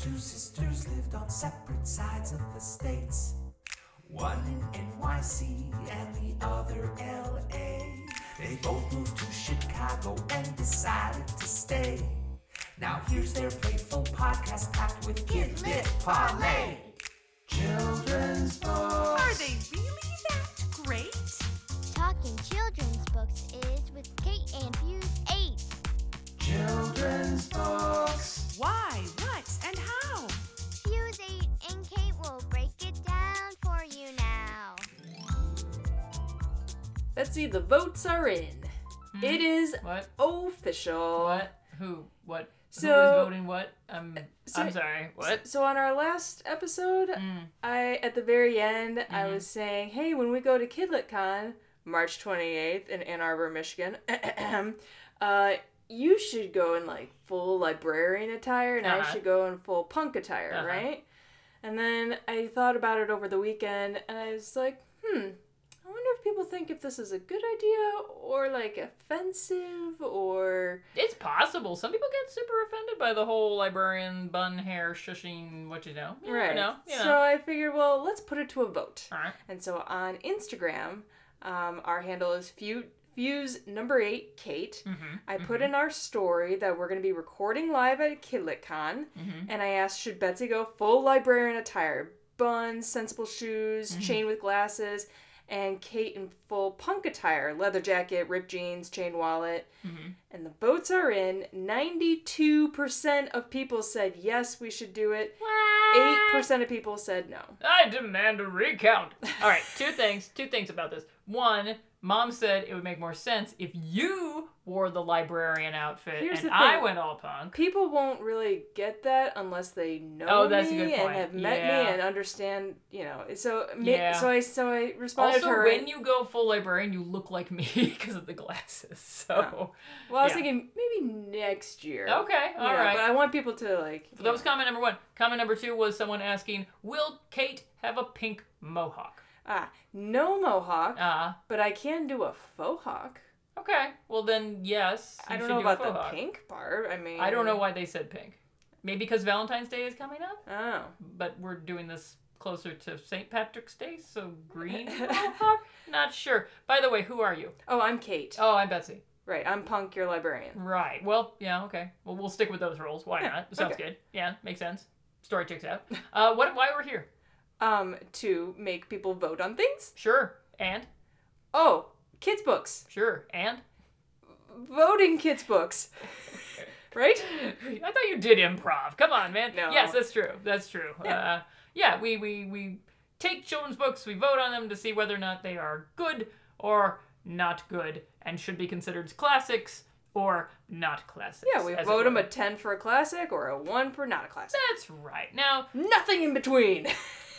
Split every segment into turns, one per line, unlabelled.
Two sisters lived on separate sides of the states. One in NYC and the other LA. They both moved to Chicago and decided to stay. Now here's their playful podcast packed with kid lit parlay. Children's books.
Are they really that great?
Talking children's books is with Kate and Fuse 8.
Children's books.
Why, what, and how?
Fuse 8 and Kate will break it down for you now.
Let's see, the votes are in. It is
Hmm? What?
official.
What? Who? What? Who
So- uh,
is voting what? I'm.
so-
I'm sorry. What? Hmm.
So on our last episode, I at the very end, I
Mm-hmm.
was saying, "Hey, when we go to KidletCon, March 28th in Ann Arbor, Michigan, uh, you should go in like full librarian attire, and I
Uh-huh.
should go in full punk attire,
Uh-huh.
right?" And then I thought about it over the weekend, and I was like, "Hmm." I wonder if people think if this is a good idea or like offensive or
It's possible. Some people get super offended by the whole librarian bun hair shushing. What you know? You
right.
Know, you know.
So I figured, well, let's put it to a vote.
All right.
And so on Instagram, um, our handle is fu- fuse number eight Kate. I put in our story that we're going to be recording live at KidLitCon, and I asked should Betsy go full librarian attire, buns, sensible shoes, chain with glasses, and Kate in full punk attire, leather jacket, ripped jeans, chain wallet. And the votes are in. Ninety-two percent of people said yes, we should do it. Eight percent of people said no.
I demand a recount. All right, two things. Two things about this. One, mom said it would make more sense if you wore the librarian outfit
Here's
and
the
I
thing.
went all punk.
people won't really get that unless they know
Oh, that's a
me
good
and
point.
have met
Yeah.
me and understand, you know. So ma-
Yeah.
so I so I responded
Also,
to her.
when you go full librarian, you look like me because of the glasses. So,
well, I was
yeah.
thinking maybe next year.
okay,
You
all
know,
right.
Oh. But I want people to like.
So that was comment number one. Comment number two was someone asking, "Will Kate have a pink mohawk?"
ah, no mohawk,
Uh,
but I can do a faux hawk.
okay. Well then, yes.
I
you
don't
should
know
do a
about the
faux hawk.
pink part. I mean,
I don't know why they said pink. Maybe because Valentine's Day is coming up,
Oh,
but we're doing this closer to St. Patrick's Day, so green mohawk. Not sure. By the way, who are you?
oh, I'm Kate.
Oh, I'm Betsy.
Right, I'm punk. You're librarian.
Right. Well, yeah. Okay. Well, we'll stick with those rules. Why not? Sounds
okay.
good. Yeah, makes sense. Story checks out. Uh, what? Why we're here?
Um, to make people vote on things.
Sure. And
Oh, kids books.
sure. And
Voting kids books. right.
I thought you did improv. Come on, man.
No.
Yes, that's true. That's true. Yeah. Uh, yeah, we, we, we take children's books, we vote on them to see whether or not they are good or not good and should be considered classics or not classics.
Yeah, we
as it
vote them
were.
a 10 for a classic or a 1 for not a classic.
That's right. Now,
Nothing in between.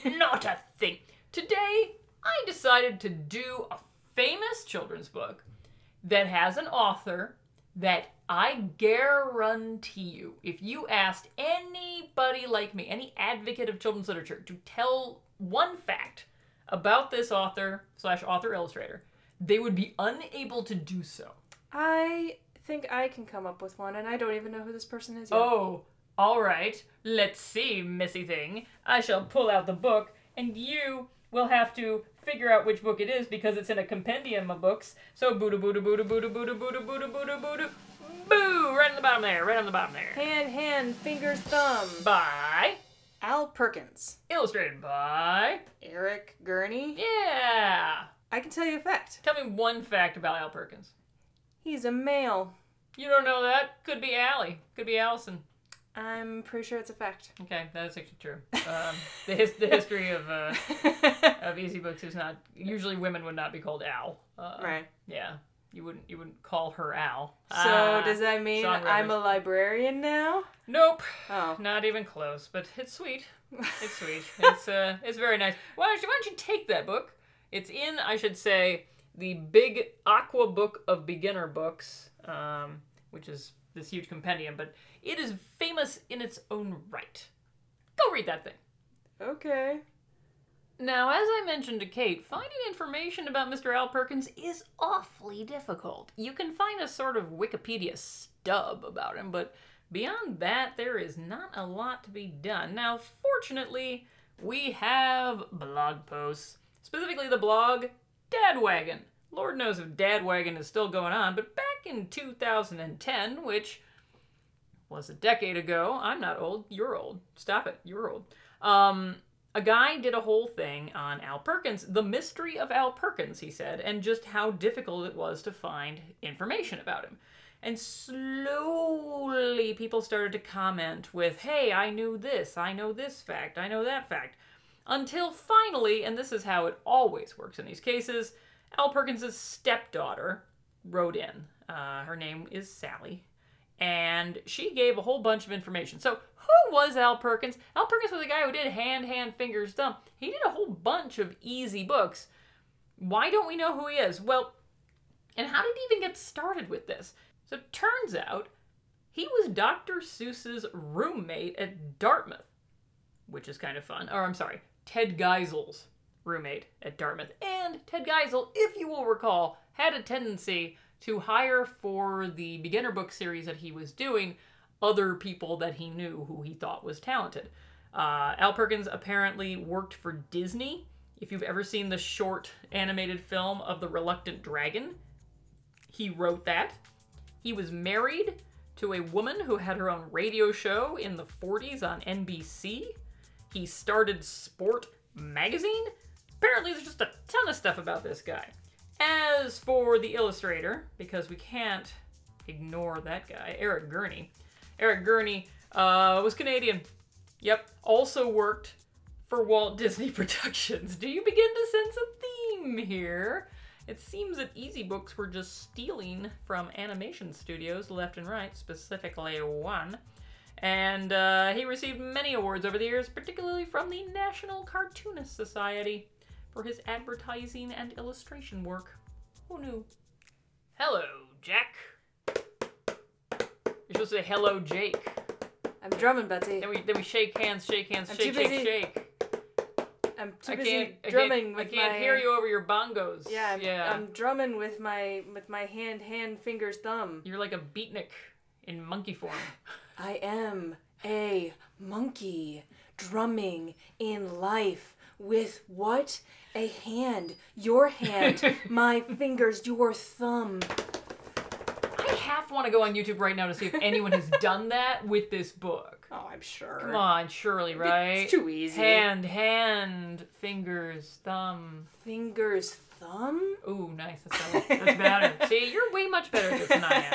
not a thing. Today, I decided to do a famous children's book that has an author that I guarantee you, if you asked anybody like me, any advocate of children's literature, to tell one fact about this author slash author illustrator, they would be unable to do so.
I think I can come up with one, and I don't even know who this person is yet.
Oh, all right. Let's see, Missy Thing. I shall pull out the book, and you will have to figure out which book it is because it's in a compendium of books. So boo boo boo boo boo boo boo boo boo boo boo boo right on the bottom there, right on the bottom there.
Hand, hand, fingers, thumb.
By
Al Perkins.
illustrated by
Eric Gurney.
yeah.
I can tell you a fact.
Tell me one fact about Al Perkins.
He's a male.
You don't know that? Could be Allie. Could be Allison.
I'm pretty sure it's a fact.
Okay, that is actually true. Um, the, his- the history of uh, of Easy Books is not usually women would not be called Al. Uh,
right.
Yeah, you wouldn't you wouldn't call her Al. Ah,
So, does that mean
songwriters.
I'm a librarian now?
Nope.
Oh.
Not even close. But it's sweet. It's sweet. it's uh, it's very nice. Why don't you Why don't you take that book? It's in I should say the Big Aqua Book of Beginner Books, um, which is this huge compendium, but it is famous in its own right. Go read that thing.
Okay.
Now, as I mentioned to Kate, finding information about Mr. Al Perkins is awfully difficult. You can find a sort of Wikipedia stub about him, but Beyond that, there is not a lot to be done. Now, fortunately, we have blog posts. Specifically, the blog Dadwagon. Lord knows if Dadwagon is still going on, but back in 2010, which was a decade ago, I'm not old, you're old. Stop it, you're old. Um, a guy did a whole thing on Al Perkins, the mystery of Al Perkins, he said, and just how difficult it was to find information about him. And slowly people started to comment with, hey, I knew this, I know this fact, I know that fact. Until finally, and this is how it always works in these cases, Al Perkins' stepdaughter wrote in. Uh, her name is Sally, and she gave a whole bunch of information. So, who was Al Perkins? Al Perkins was a guy who did hand, hand, fingers, thumb. He did a whole bunch of easy books. Why don't we know who he is? Well, and how did he even get started with this? So, it turns out he was Dr. Seuss's roommate at Dartmouth which is kind of fun. Or I'm sorry, Ted Geisel's roommate at Dartmouth. And Ted Geisel, if you will recall, had a tendency to hire for the beginner book series that he was doing other people that he knew who he thought was talented. Uh, Al Perkins apparently worked for Disney. If you've ever seen the short animated film of The Reluctant Dragon, he wrote that. He was married to a woman who had her own radio show in the 40s on NBC. He started Sport Magazine. Apparently, there's just a ton of stuff about this guy. As for the illustrator, because we can't ignore that guy, Eric Gurney. Eric Gurney uh, was Canadian. Yep, also worked for Walt Disney Productions. Do you begin to sense a theme here? It seems that easy books were just stealing from animation studios left and right, specifically one. And uh, he received many awards over the years, particularly from the National Cartoonist Society for his advertising and illustration work. Who knew? Hello, Jack. You're supposed to say hello, Jake.
I'm drumming, Betsy.
Then we then we shake hands, shake hands,
I'm
shake,
too
shake,
busy
shake.
I'm
I
too busy
can't I
drumming
can't, I
with
can't
my.
hear you over your bongos.
Yeah, I'm,
yeah.
I'm drumming with my with my hand, hand, fingers, thumb.
You're like a beatnik in monkey form.
I am a monkey drumming in life with what? A hand. Your hand. my fingers. Your thumb.
I half want to go on YouTube right now to see if anyone has done that with this book.
Oh, I'm sure.
Come on, surely, right?
It's too easy.
Hand, hand, fingers, thumb.
Fingers, thumb?
Ooh, nice. That's, better. That's better. See, you're way much better at this than I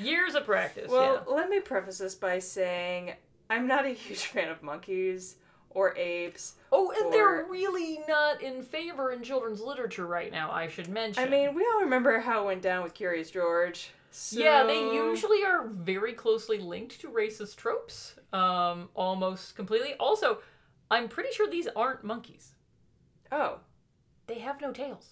am. Years of practice.
Well, let me preface this by saying I'm not a huge fan of monkeys or apes.
Oh, and
they're
they're really not in favor in children's literature right now. I should mention.
I mean, we all remember how it went down with Curious George. So...
Yeah, they usually are very closely linked to racist tropes, um, almost completely. Also, I'm pretty sure these aren't monkeys.
Oh,
They have no tails,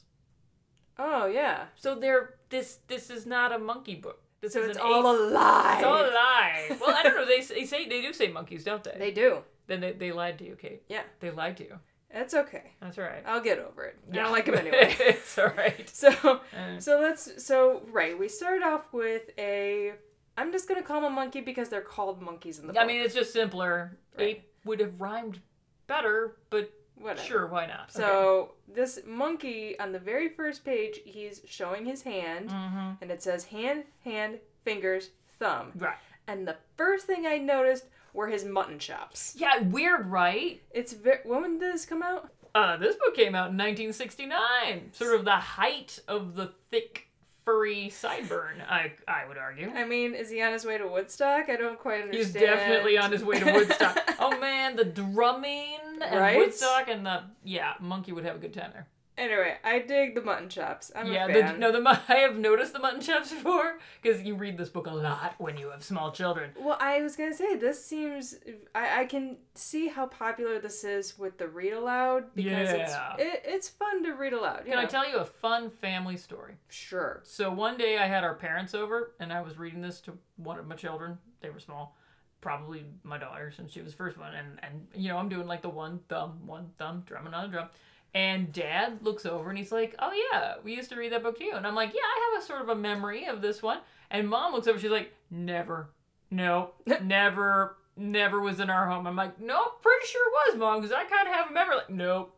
oh yeah.
so they're this. This is not a monkey book. This
So
is
it's
an
all
ape-
a lie.
It's all a lie. Well, I don't know. They, s- they say they do say monkeys, don't they?
They do.
then they, they lied to you, Kate.
Yeah,
They lied to you.
that's okay.
That's all right.
I'll get over it. Uh, I
Yeah.
don't like them anyway.
it's all right.
so,
Uh.
so let's. So right, we started off with a. I'm just gonna call them a monkey because they're called monkeys in the book.
I mean, it's just simpler.
Right.
Ape would have rhymed better, but
whatever.
sure, why not?
So this monkey on the very first page, he's showing his hand, and it says hand, hand, fingers, thumb.
Okay. Mm-hmm. right.
And the first thing I noticed were his mutton chops.
Yeah, weird, right?
It's very. When did this come out?
Uh, this book came out in 1969, sort of the height of the thick, furry sideburn. I I would argue.
I mean, is he on his way to Woodstock? I don't quite understand.
He's definitely on his way to Woodstock. oh man, the drumming and
Right?
Woodstock and the yeah, monkey would have a good time there.
Anyway, I dig the mutton chops. I'm
yeah,
a
the,
fan.
no, the mu- I have noticed the mutton chops before because you read this book a lot when you have small children.
Well, I was gonna say this seems. I, I can see how popular this is with the read aloud because
Yeah.
it's it, it's fun to read aloud. You
Can I
know?
tell you a fun family story?
Sure.
So one day I had our parents over and I was reading this to one of my children. They were small. Probably my daughter since she was the first one. And and you know, I'm doing like the one thumb, one thumb, drumming on a drum. And dad looks over and he's like, Oh yeah, we used to read that book to you. And I'm like, Yeah, I have a sort of a memory of this one. And mom looks over, she's like, Never. nope, never, never was in our home. I'm like, nope, pretty sure it was, mom, because I kind of have a memory. Like, nope,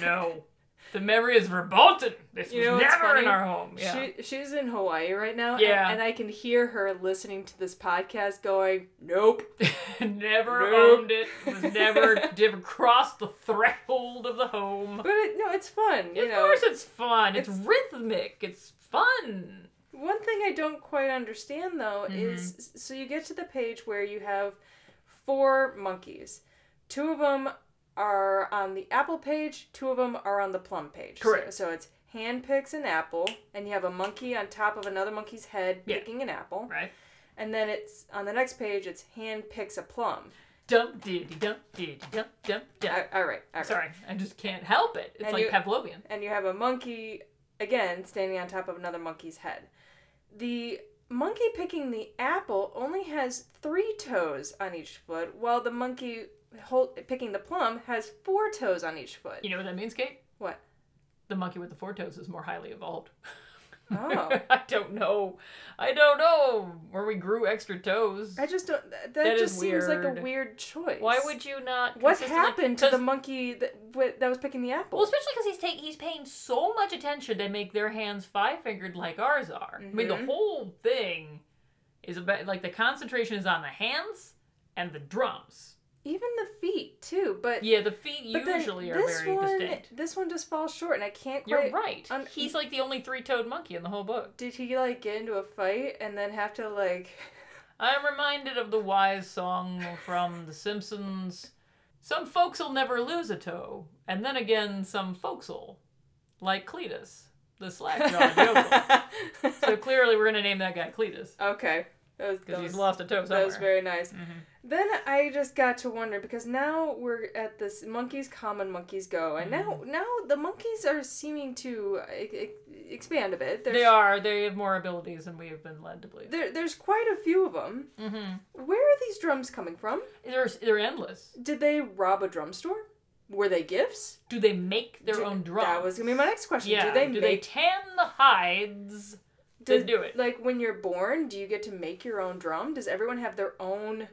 no. The memory is verboten. This
You
was
know what's
never in
funny?
our home. Yeah.
She, she's in Hawaii right now. and-
Yeah.
And, I can hear her listening to this podcast going, nope.
never
Nope.
owned it. Was never div- crossed the threshold of the home.
But it, no, it's fun. You
of
know,
course, it's fun. It's,
it's-
rhythmic. It's fun.
One thing I don't quite understand though
Mm-hmm.
is so you get to the page where you have four monkeys. Two of them are on the apple page, two of them are on the plum page. So-
Correct.
So, it's hand picks an apple, and you have a monkey on top of another monkey's head
Yeah.
picking an apple.
Right?
And then it's on the next page, it's hand picks a plum.
Dum diddy dum diddy dum dum dum.
A- all right, all right.
Sorry, I just can't help it. It's
And
like
you-
Pavlovian.
and you have a monkey again standing on top of another monkey's head. The monkey picking the apple only has three toes on each foot, while the monkey hold, picking the plum has four toes on each foot.
You know what that means, Kate?
What?
The monkey with the four toes is more highly evolved.
Oh,
I don't know. I don't know where we grew extra toes.
I just don't. That,
That
that
is
just seems like a
weird.
weird choice.
Why would you not?
What
consistently-
happened to the
'cause-
monkey that, wi- that was picking the apple?
Well, especially because he's take, he's paying so much attention to make their hands five fingered like ours are. I mean, the
Mhm.
whole thing is about like the concentration is on the hands and the drums.
Even the feet too, but
Yeah, the feet
but then
usually are
this
very
one
distinct.
this one just falls short, and I can't
You're
quite
right.
un-
he's like the only three toed monkey in the whole book.
Did he like get into a fight and then have to like?
I'm reminded of the wise song from The Simpsons Some folks'll never lose a toe, and then again, some folks'll, like Cletus, the slack-jawed yokel. So clearly, we're going to name that guy Cletus
okay, that was
because
that
he's
was-
lost a toe somewhere. Mm-hmm.
That was very nice. Then I just got to wonder because now we're at this monkeys come and monkeys go, and now
Mm-hmm.
now the monkeys are seeming to e- e- expand a bit. There's,
They are. They have more abilities than we have been led to believe.
There, there's quite a few of them.
Mm-hmm.
Where are these drums coming from?
They're, they're endless.
Did they rob a drum store? Were they gifts?
Do they make their
Do-
own drums?
That was gonna be my next question.
Yeah.
Do they make?
tan the hides? to do it?
Like when you're born, do you get to make your own drum? Does everyone have their own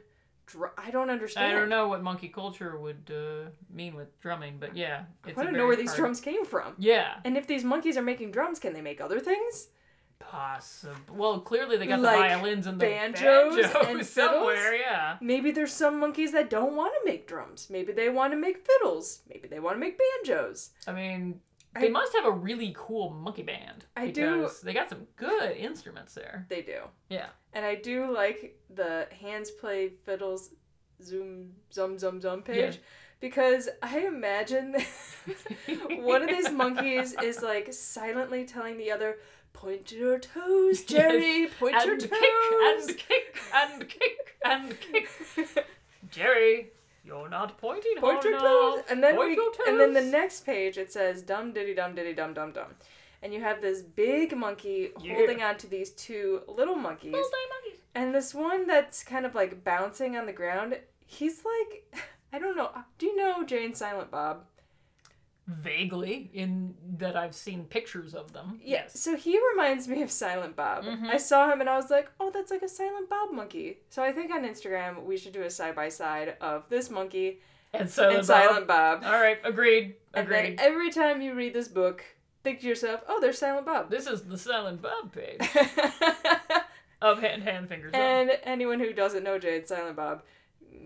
drum? I don't understand.
I don't know what monkey culture would uh, mean with drumming, but yeah, it's
I
a
don't know
very
where these
hard-
drums came from.
Yeah,
And if these monkeys are making drums, can they make other things?
possible. Well, clearly they got
Like
the violins and the
banjos and fiddles?
somewhere. Yeah,
Maybe there's some monkeys that don't want to make drums. Maybe they want to make fiddles. Maybe they want to make banjos.
I mean. They
I-
must have a really cool monkey band.
I do-
because They got some good instruments there.
They do.
Yeah.
And I do like the hands play fiddles zoom zum zum zum page
Yeah.
because I imagine one of these monkeys is like silently telling the other, Point your toes, Jerry, point your
and kick
toes.
and kick and kick and kick. Jerry, you're not pointing
Point
hard
your
enough.
toes, and then
Point
we,
your toes.
and then the next page it says dum diddy dum diddy dum dum dum, and you have this big monkey
Yeah.
holding on to these two little monkeys,
Little tiny monkeys.
and this one that's kind of like bouncing on the ground. He's like, I don't know. Do you know Jay and Silent Bob?
Vaguely, in that I've seen pictures of them.
Yeah, So he reminds me of Silent Bob.
Mm-hmm.
I saw him and I was like, oh, that's like a Silent Bob monkey. So I think on Instagram we should do a side by side of this monkey
And Silent
and Silent Bob.
All right, agreed.
And
Agreed.
then every time you read this book, think to yourself, "Oh, there's Silent Bob."
this is the Silent Bob page of Hand Hand Fingers. Up.
and anyone who doesn't know Jade Silent Bob, uh,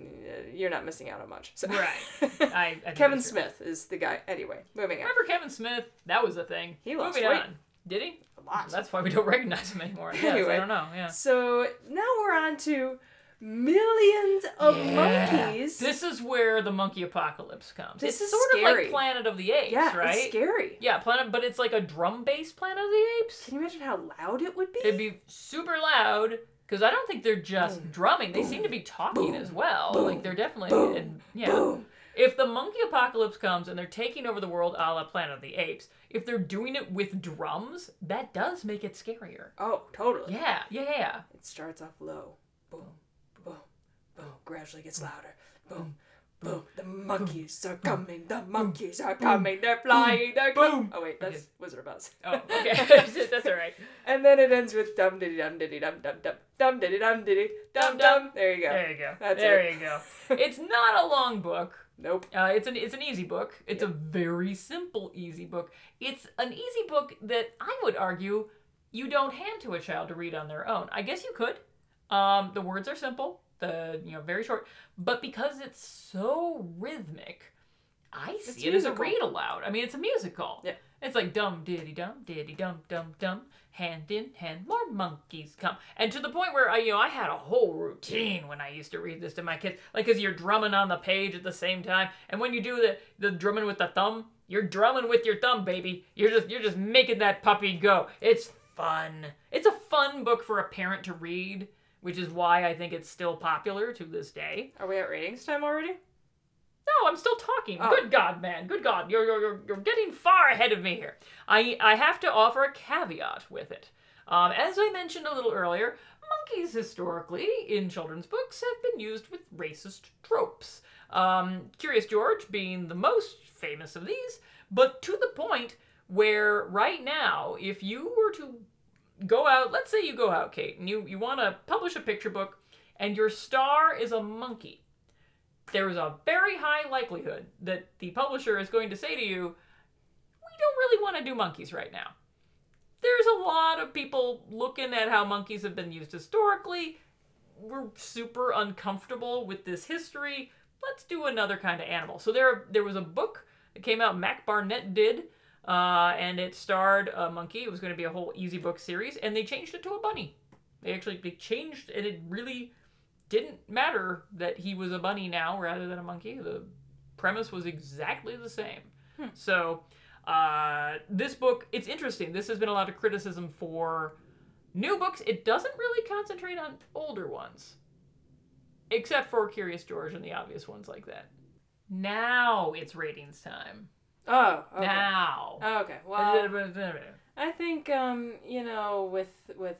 you're not missing out on much. So.
Right. I, I think
Kevin
that's right.
Smith is the guy. Anyway, moving on.
Remember Kevin Smith? That was a thing.
He lost
Moving
weight.
on. Did he?
A lot.
That's why we don't recognize him anymore. I guess. I
Anyway.
don't know. Yeah.
So now we're on to millions of monkeys.
This is where the monkey apocalypse comes.
This is
it's sort of
scary.
like Planet of the Apes,
yeah, it's
right?
scary.
Yeah, Planet, but it's like a drum-based Planet of the Apes.
Can you imagine how loud it would be?
It'd be super loud because I don't think they're just drumming. They seem to be talking as well. like they're definitely and, yeah. If the monkey apocalypse comes and they're taking over the world a la Planet of the Apes, if they're doing it with drums, that does make it scarier.
oh, totally.
Yeah, yeah, yeah.
It starts off low. Boom, boom, boom. Gradually gets louder. Boom, boom, the monkeys are coming, the monkeys are coming, they're flying, they're coming.
boom.
Oh wait, that's
Okay.
Wizard of Oz.
Oh, okay. That's all right.
And then it ends with dum diddy dum diddy dum dum dum dum diddy dum diddy dum dum. There you go.
There you go.
That's
there
it.
you go. It's not a long book.
Nope.
Uh, it's an it's an easy book. It's a very simple easy book. It's an easy book that I would argue you don't hand to a child to read on their own. I guess you could. Um, the words are simple. The you know very short, but because it's so rhythmic, I see it as a
musical.
read aloud. I mean, it's a musical.
Yeah.
It's like dum diddy dum diddy dum dum dum hand in hand more monkeys come and to the point where I you know I had a whole routine when I used to read this to my kids like because you're drumming on the page at the same time and when you do the the drumming with the thumb you're drumming with your thumb baby you're just you're just making that puppy go it's fun it's a fun book for a parent to read which is why I think it's still popular to this day
Are we at ratings time already?
no, I'm still talking.
Oh.
Good God, man. Good God. You're, you're, you're, you're getting far ahead of me here. I, I have to offer a caveat with it. Um, as I mentioned a little earlier, monkeys historically in children's books have been used with racist tropes. Um, Curious George being the most famous of these, but to the point where right now, if you were to go out let's say you go out kate and you, you want to publish a picture book and your star is a monkey there is a very high likelihood that the publisher is going to say to you we don't really want to do monkeys right now there's a lot of people looking at how monkeys have been used historically we're super uncomfortable with this history let's do another kind of animal so there there was a book that came out mac barnett did uh, and it starred a monkey. It was going to be a whole easy book series, and they changed it to a bunny. They actually they changed, and it really didn't matter that he was a bunny now rather than a monkey. The premise was exactly the same.
Hmm.
So uh, this book, it's interesting. This has been a lot of criticism for new books. It doesn't really concentrate on older ones, except for Curious George and the obvious ones like that. Now it's ratings time.
Oh. Okay. Oh,
Now.
Okay. Well, I think um, you know, with with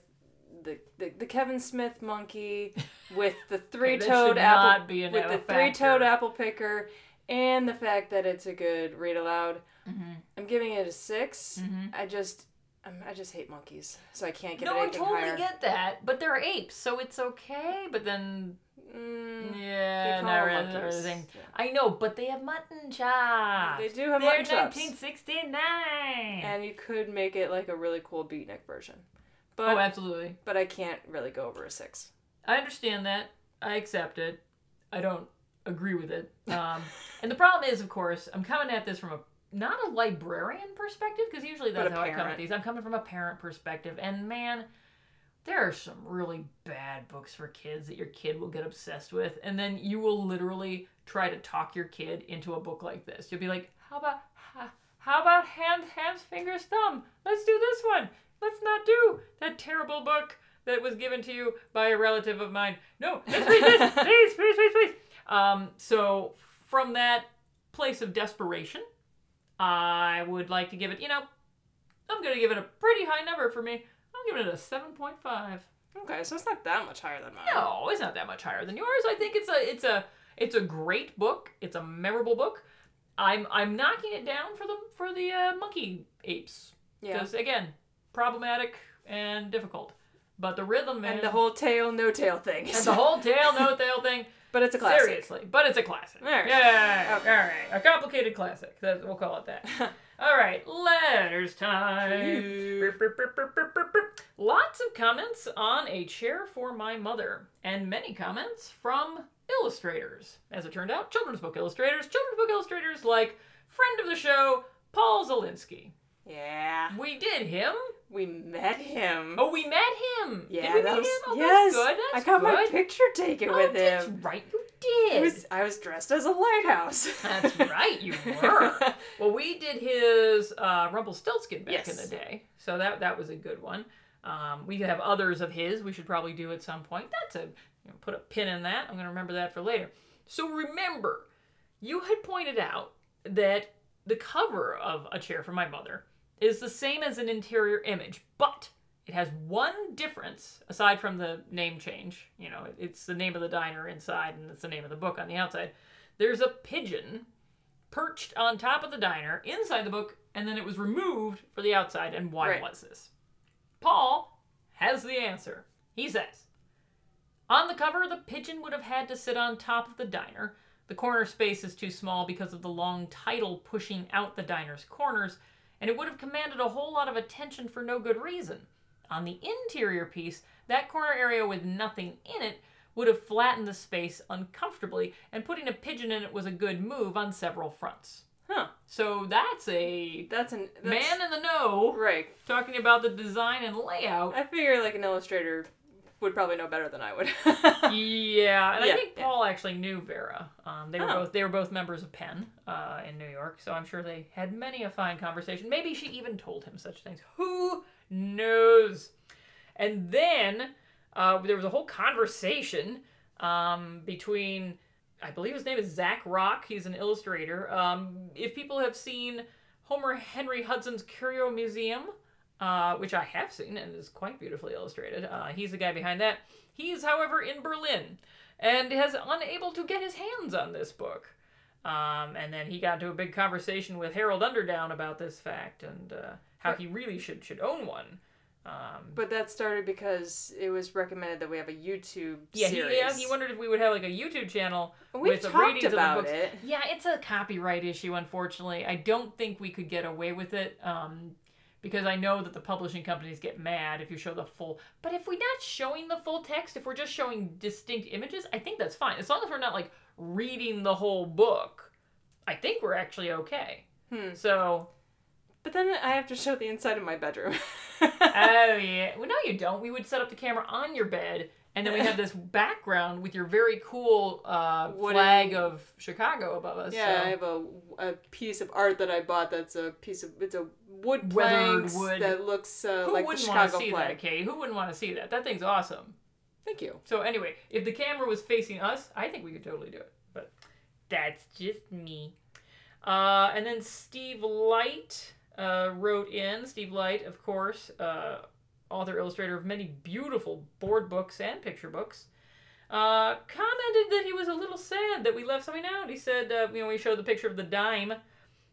the, the the Kevin Smith monkey, with the three toed
should
apple,
not be an-
with
a
the three toed
factor.
apple picker, and the fact that it's a good read aloud,
Mm-hmm.
I'm giving it a 6 I just um, I just hate monkeys, so I can't give
no,
it
I
anything
totally
higher.
get that, but they're apes, so it's okay. But then,
Mm,
yeah,
They call them
not really, not
monkeys.
really thing.
Yeah.
I know, but they have mutton chops.
They do have
They're
mutton chops.
1969.
and you could make it like a really cool beatnik version, but
oh, absolutely.
but I can't really go over a six.
I understand that. I accept it. I don't agree with it. Um, and the problem is, of course, I'm coming at this from a not a librarian perspective because usually
But
that's
a
how I come at
parent.
these. I'm coming from a parent perspective, and man, there are some really bad books for kids that your kid will get obsessed with, and then you will literally try to talk your kid into a book like this. You'll be like, "How about how, how about hand, hands, fingers, thumb? Let's do this one. Let's not do that terrible book that was given to you by a relative of mine. No, let's read this, please, please, please, please." Um, so from that place of desperation, I would like to give it. You know, I'm gonna give it a pretty high number for me. I'm giving it a seven point five.
Okay, so it's not that much higher than mine.
No, it's not that much higher than yours. I think it's a it's a it's a great book. It's a memorable book. I'm I'm knocking it down for the for the uh, monkey apes
Yeah.
because again problematic and difficult. But the rhythm
And the whole tail, no tail thing.
and the whole tail no tail thing.
but it's a classic.
Seriously, but it's a classic.
All right.
Yeah,
Okay.
all right. A complicated classic. That, we'll call it that. all right, letters time.
Mm.
Burp, burp, burp, burp, burp, burp, burp. Lots of comments on a chair for my mother, and many comments from illustrators. As it turned out, children's book illustrators, children's book illustrators like friend of the show Paul Zelinsky.
Yeah.
We did him.
We met him.
Oh, we met him.
yeah.
did we
that
meet
was-
him? Oh,
yes.
that's good. That's
I got my
good.
picture taken
Oh,
with
that's
him.
right, you did.
It was, I was dressed as a lighthouse.
That's right, you were. well, we did his uh, Rumpelstiltskin back in
Yes.
the day, so that that was a good one. Um, we could have others of his. We should probably do at some point. That's a you know, put a pin in that. I'm gonna remember that for later. So remember, you had pointed out that the cover of A Chair for My Mother is the same as an interior image, but it has one difference aside from the name change. You know, it's the name of the diner inside and it's the name of the book on the outside. there's a pigeon perched on top of the diner inside the book, and then it was removed for the outside. And why
Right.
was this? Paul has the answer. He says, on the cover, the pigeon would have had to sit on top of the diner. The corner space is too small because of the long title pushing out the diner's corners, and it would have commanded a whole lot of attention for no good reason. On the interior piece, that corner area with nothing in it would have flattened the space uncomfortably, and putting a pigeon in it was a good move on several fronts.
Huh.
So that's a
That's an that's,
man in the know
Right.
talking about the design and layout.
I figure like an illustrator would probably know better than I would.
Yeah, and
Yeah,
I think
yeah.
Paul actually knew Vera. Um, they were
Oh.
both they were both members of Penn uh, in New York, so I'm sure they had many a fine conversation. Maybe she even told him such things. Who knows? And then uh, there was a whole conversation um, between, I believe his name is Zach Rock. He's an illustrator. Um, if people have seen Homer Henry Hudson's Curio Museum, uh, which I have seen and is quite beautifully illustrated, uh, he's the guy behind that. He is, however, in Berlin and has unable to get his hands on this book. Um, and then he got into a big conversation with Harold Underdown about this fact and uh, how he really should should own one. Um,
but that started because it was recommended that we have a YouTube
yeah, he,
series.
yeah, he wondered if we would have like a YouTube channel
We've
with the
talked
readings
about
of the books.
it.
Yeah, it's a copyright issue, unfortunately. I don't think we could get away with it um, because I know that the publishing companies get mad if you show the full. But if we're not showing the full text, if we're just showing distinct images, I think that's fine. As long as we're not like reading the whole book, I think we're actually okay.
Hmm.
So,
But then I have to show the inside of my bedroom.
oh yeah. Well, no, you don't. We would set up the camera on your bed. And then we have this background with your very cool uh,
Wooden-
flag of Chicago above us.
yeah,
so.
I have a, a piece of art that I bought. That's a piece of it's a wood
Weathered
planks
wood.
that looks uh,
Who
like the
wouldn't want
Chicago
to see
flag.
that, Kay? Who wouldn't want to see that? That thing's awesome.
Thank you.
So anyway, if the camera was facing us, I think we could totally do it. But that's just me. Uh, and then Steve Light uh, wrote in. Steve Light, of course, uh, author illustrator of many beautiful board books and picture books. Uh, commented that he was a little sad that we left something out. He said, uh, you know, we showed the picture of the dime,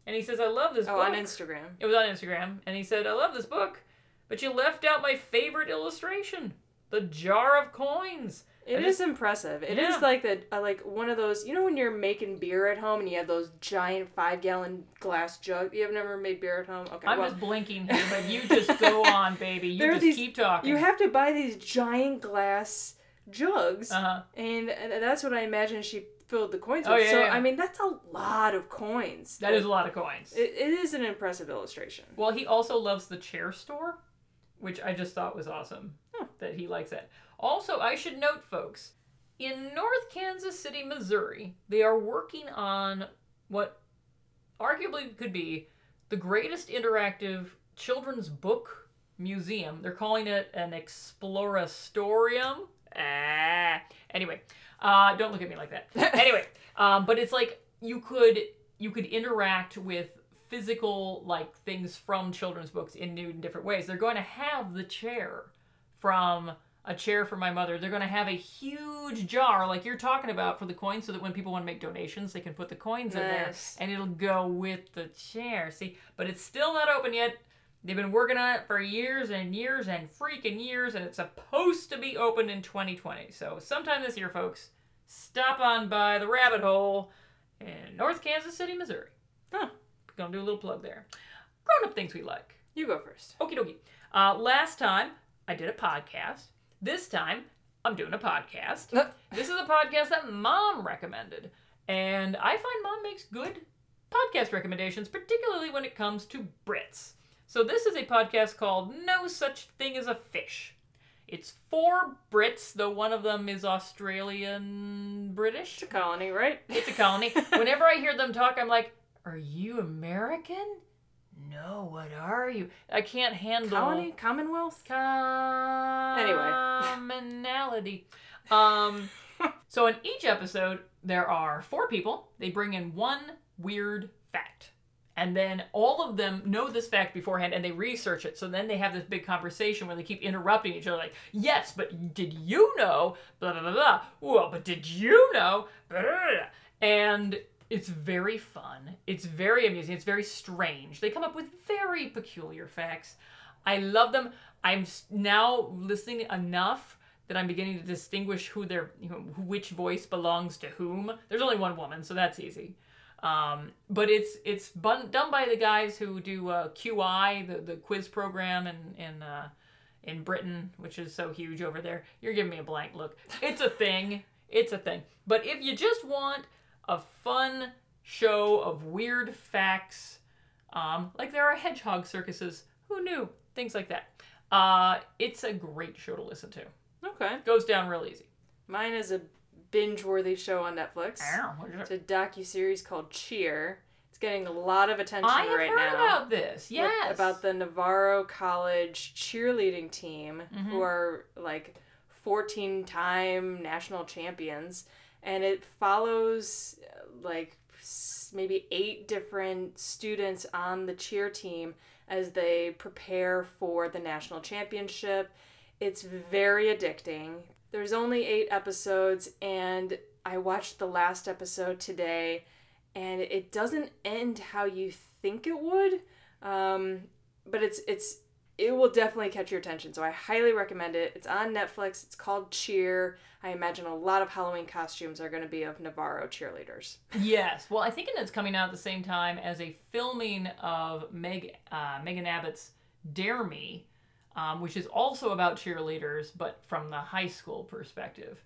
and he says, "I love this
Oh,
book."
on Instagram.
It was on Instagram, and he said, I love this book, but you left out my favorite illustration the jar of coins.
It
And
is impressive. It is
Yeah.
like that, uh, like one of those. You know when you're making beer at home and you have those giant five gallon glass jug. You have never made beer at home. Okay,
I'm
well,
just blinking here, but you just go on, baby. You
There are
just
these-
keep talking.
you have to buy these giant glass jugs,
Uh-huh.
and, and that's what I imagine she filled the coins
Oh,
with.
yeah,
so
yeah.
I mean, that's a lot of coins.
That is a lot of coins.
It, it is an impressive illustration.
Well, he also loves the chair store, which I just thought was awesome that he likes that. Also, I should note, folks, in North Kansas City, Missouri, they are working on what arguably could be the greatest interactive children's book museum. They're calling it an Exploratorium. Ah. Anyway, uh, don't look at me like that. anyway, um, but it's like you could you could interact with physical like things from children's books in new and different ways. They're going to have the chair from a chair for my mother. They're going to have a huge jar like you're talking about for the coins so that when people want to make donations, they can put the coins in there
Nice.
and it'll go with the chair. See, but it's still not open yet. They've been working on it for years and years and freaking years, and it's supposed to be open in 2020. So, sometime this year, folks, stop on by the rabbit hole in North Kansas City, Missouri.
Huh.
Gonna do a little plug there. Grown up things we like.
You go first.
Okie dokie. Uh, last time I did a podcast. This time I'm doing a podcast. this is a podcast that mom recommended. And I find mom makes good podcast recommendations, particularly when it comes to Brits. So this is a podcast called No Such Thing as a Fish. It's four Brits, though one of them is Australian British.
Colony, right?
It's a colony. Whenever I hear them talk, I'm like, "Are you American? No. What are you? I can't handle
Colony, Commonwealth.
commonality." Um, so in each episode, there are four people. They bring in one weird fact, and then all of them know this fact beforehand, and they research it. So then they have this big conversation where they keep interrupting each other, like, "Yes, but did you know?" Blah blah blah blah. Well, but did you know? Blah, blah, blah, blah. And it's very fun. It's very amusing. It's very strange. They come up with very peculiar facts. I love them. I'm s- now listening enough that I'm beginning to distinguish who their you know, which voice belongs to whom. There's only one woman, so that's easy. Um, but it's it's bun- done by the guys who do uh, QI, the, the quiz program in in uh, in Britain, which is so huge over there. You're giving me a blank look. It's a thing. It's a thing. But if you just want a fun show of weird facts, um, like there are hedgehog circuses. Who knew? Things like that. Uh, it's a great show to listen to.
Okay.
Goes down real easy.
Mine is a binge-worthy show on Netflix. It's a docu-series called Cheer. It's getting a lot of attention
I have
right
heard
now.
about this.
with-
Yes.
about the Navarro College cheerleading team who are like 14 time national champions and it follows uh, like s- maybe eight different students on the cheer team as they prepare for the national championship. It's very addicting. There's only 8 episodes and I watched the last episode today and it doesn't end how you think it would um, but it's it's it will definitely catch your attention so i highly recommend it it's on netflix it's called cheer i imagine a lot of halloween costumes are going to be of navarro cheerleaders
Yes. Well, I think it's coming out at the same time as a filming of Meg uh, Megan Abbott's Dare Me, um, which is also about cheerleaders, but from the high school perspective.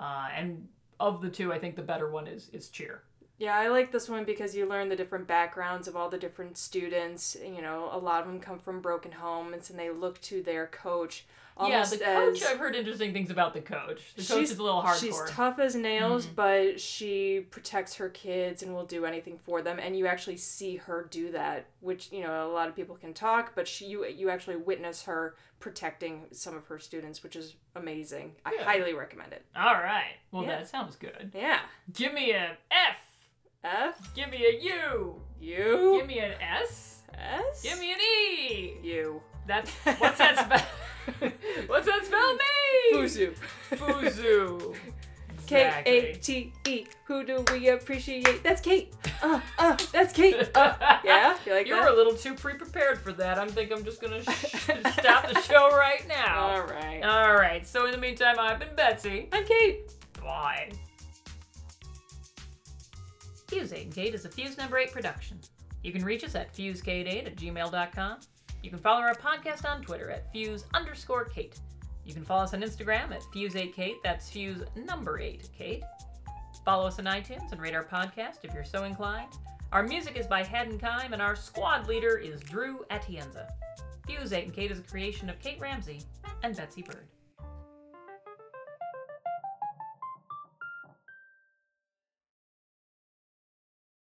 Uh, and of the two, I think the better one is is cheer.
yeah i like this one because you learn the different backgrounds of all the different students you know a lot of them come from broken homes and they look to their coach almost
yeah, the coach.
as
I've heard interesting things about the coach. The coach is a little hardcore. Mm-hmm.
She's tough as nails, but she protects her kids and will do anything for them. And you actually see her do that, which you know a lot of people can talk, but she you you actually witness her protecting some of her students, which is amazing. I highly recommend it.
All right. Well,
Yeah.
that sounds good.
Yeah.
Give me an F.
F
Give me a U.
U
Give me an S.
S
Give me an E.
U
That's what's that spell? what's that spell mean?
Fuzu.
Fuzu.
K A
Exactly.
T E. Who do we appreciate? That's Kate. Uh, uh, that's Kate. Uh, yeah, you like
you
that?
were a little too pre-prepared for that. I'm think I'm just gonna sh- stop the show right
All
now.
right.
All right. So in the meantime, I've been Betsy.
I'm Kate.
Bye. Fusegate is a Fuse Number 8 production. You can reach us at fusegate8 at gmail.com. You can follow our podcast on Twitter at fuse underscore Kate. You can follow us on Instagram at fuse8kate, that's fuse number 8 Kate. Follow us on iTunes and rate our podcast if you're so inclined. Our music is by Haddon Kime, and our squad leader is Drew Atienza. Fuse 8 and Kate is a creation of Kate Ramsey and Betsy Bird.